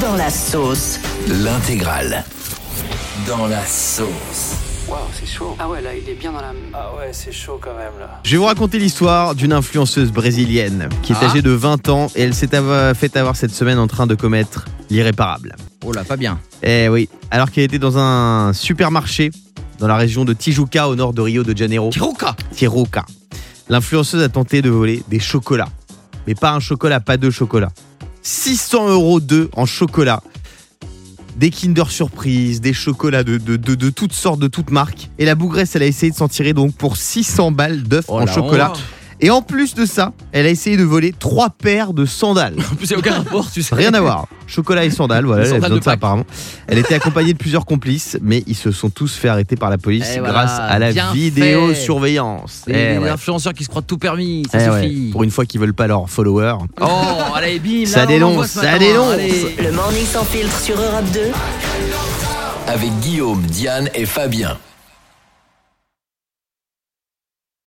Dans la sauce. L'intégrale. Dans la sauce. Waouh, c'est chaud. Ah ouais, là, il est bien dans la. Ah ouais, c'est chaud quand même là. Je vais vous raconter l'histoire d'une influenceuse brésilienne qui est Ah. âgée de 20 ans et elle s'est ava- fait avoir cette semaine en train de commettre l'irréparable. Oh là, pas bien. Eh oui, alors qu'elle était dans un supermarché dans la région de Tijuca au nord de Rio de Janeiro, Tiroka Tijuca, l'influenceuse a tenté de voler des chocolats. Mais pas un chocolat, pas deux chocolats. 600 euros d'eux en chocolat. Des Kinder Surprise, des chocolats de, de, de, de toutes sortes, de toutes marques. Et la bougresse, elle a essayé de s'en tirer donc pour 600 balles d'œufs Oh en la chocolat. honte. Et en plus de ça, elle a essayé de voler trois paires de sandales. En plus, il n'y a aucun rapport, tu sais. Rien à voir. Chocolat et sandales, voilà, Les elle a sandales de besoin de ça Pâques. apparemment. Elle était accompagnée de plusieurs complices, mais ils se sont tous fait arrêter par la police Eh voilà, grâce à la bien vidéosurveillance. Les, Eh les ouais. influenceurs qui se croient tout permis, Eh ça ouais. suffit. Pour une fois qu'ils veulent pas leurs followers. Oh, allez, bim, là, Ça on dénonce, envoie ce ça matin, dénonce. allez. Le morning sans filtre sur Europe 2. avec Guillaume, Diane et Fabien.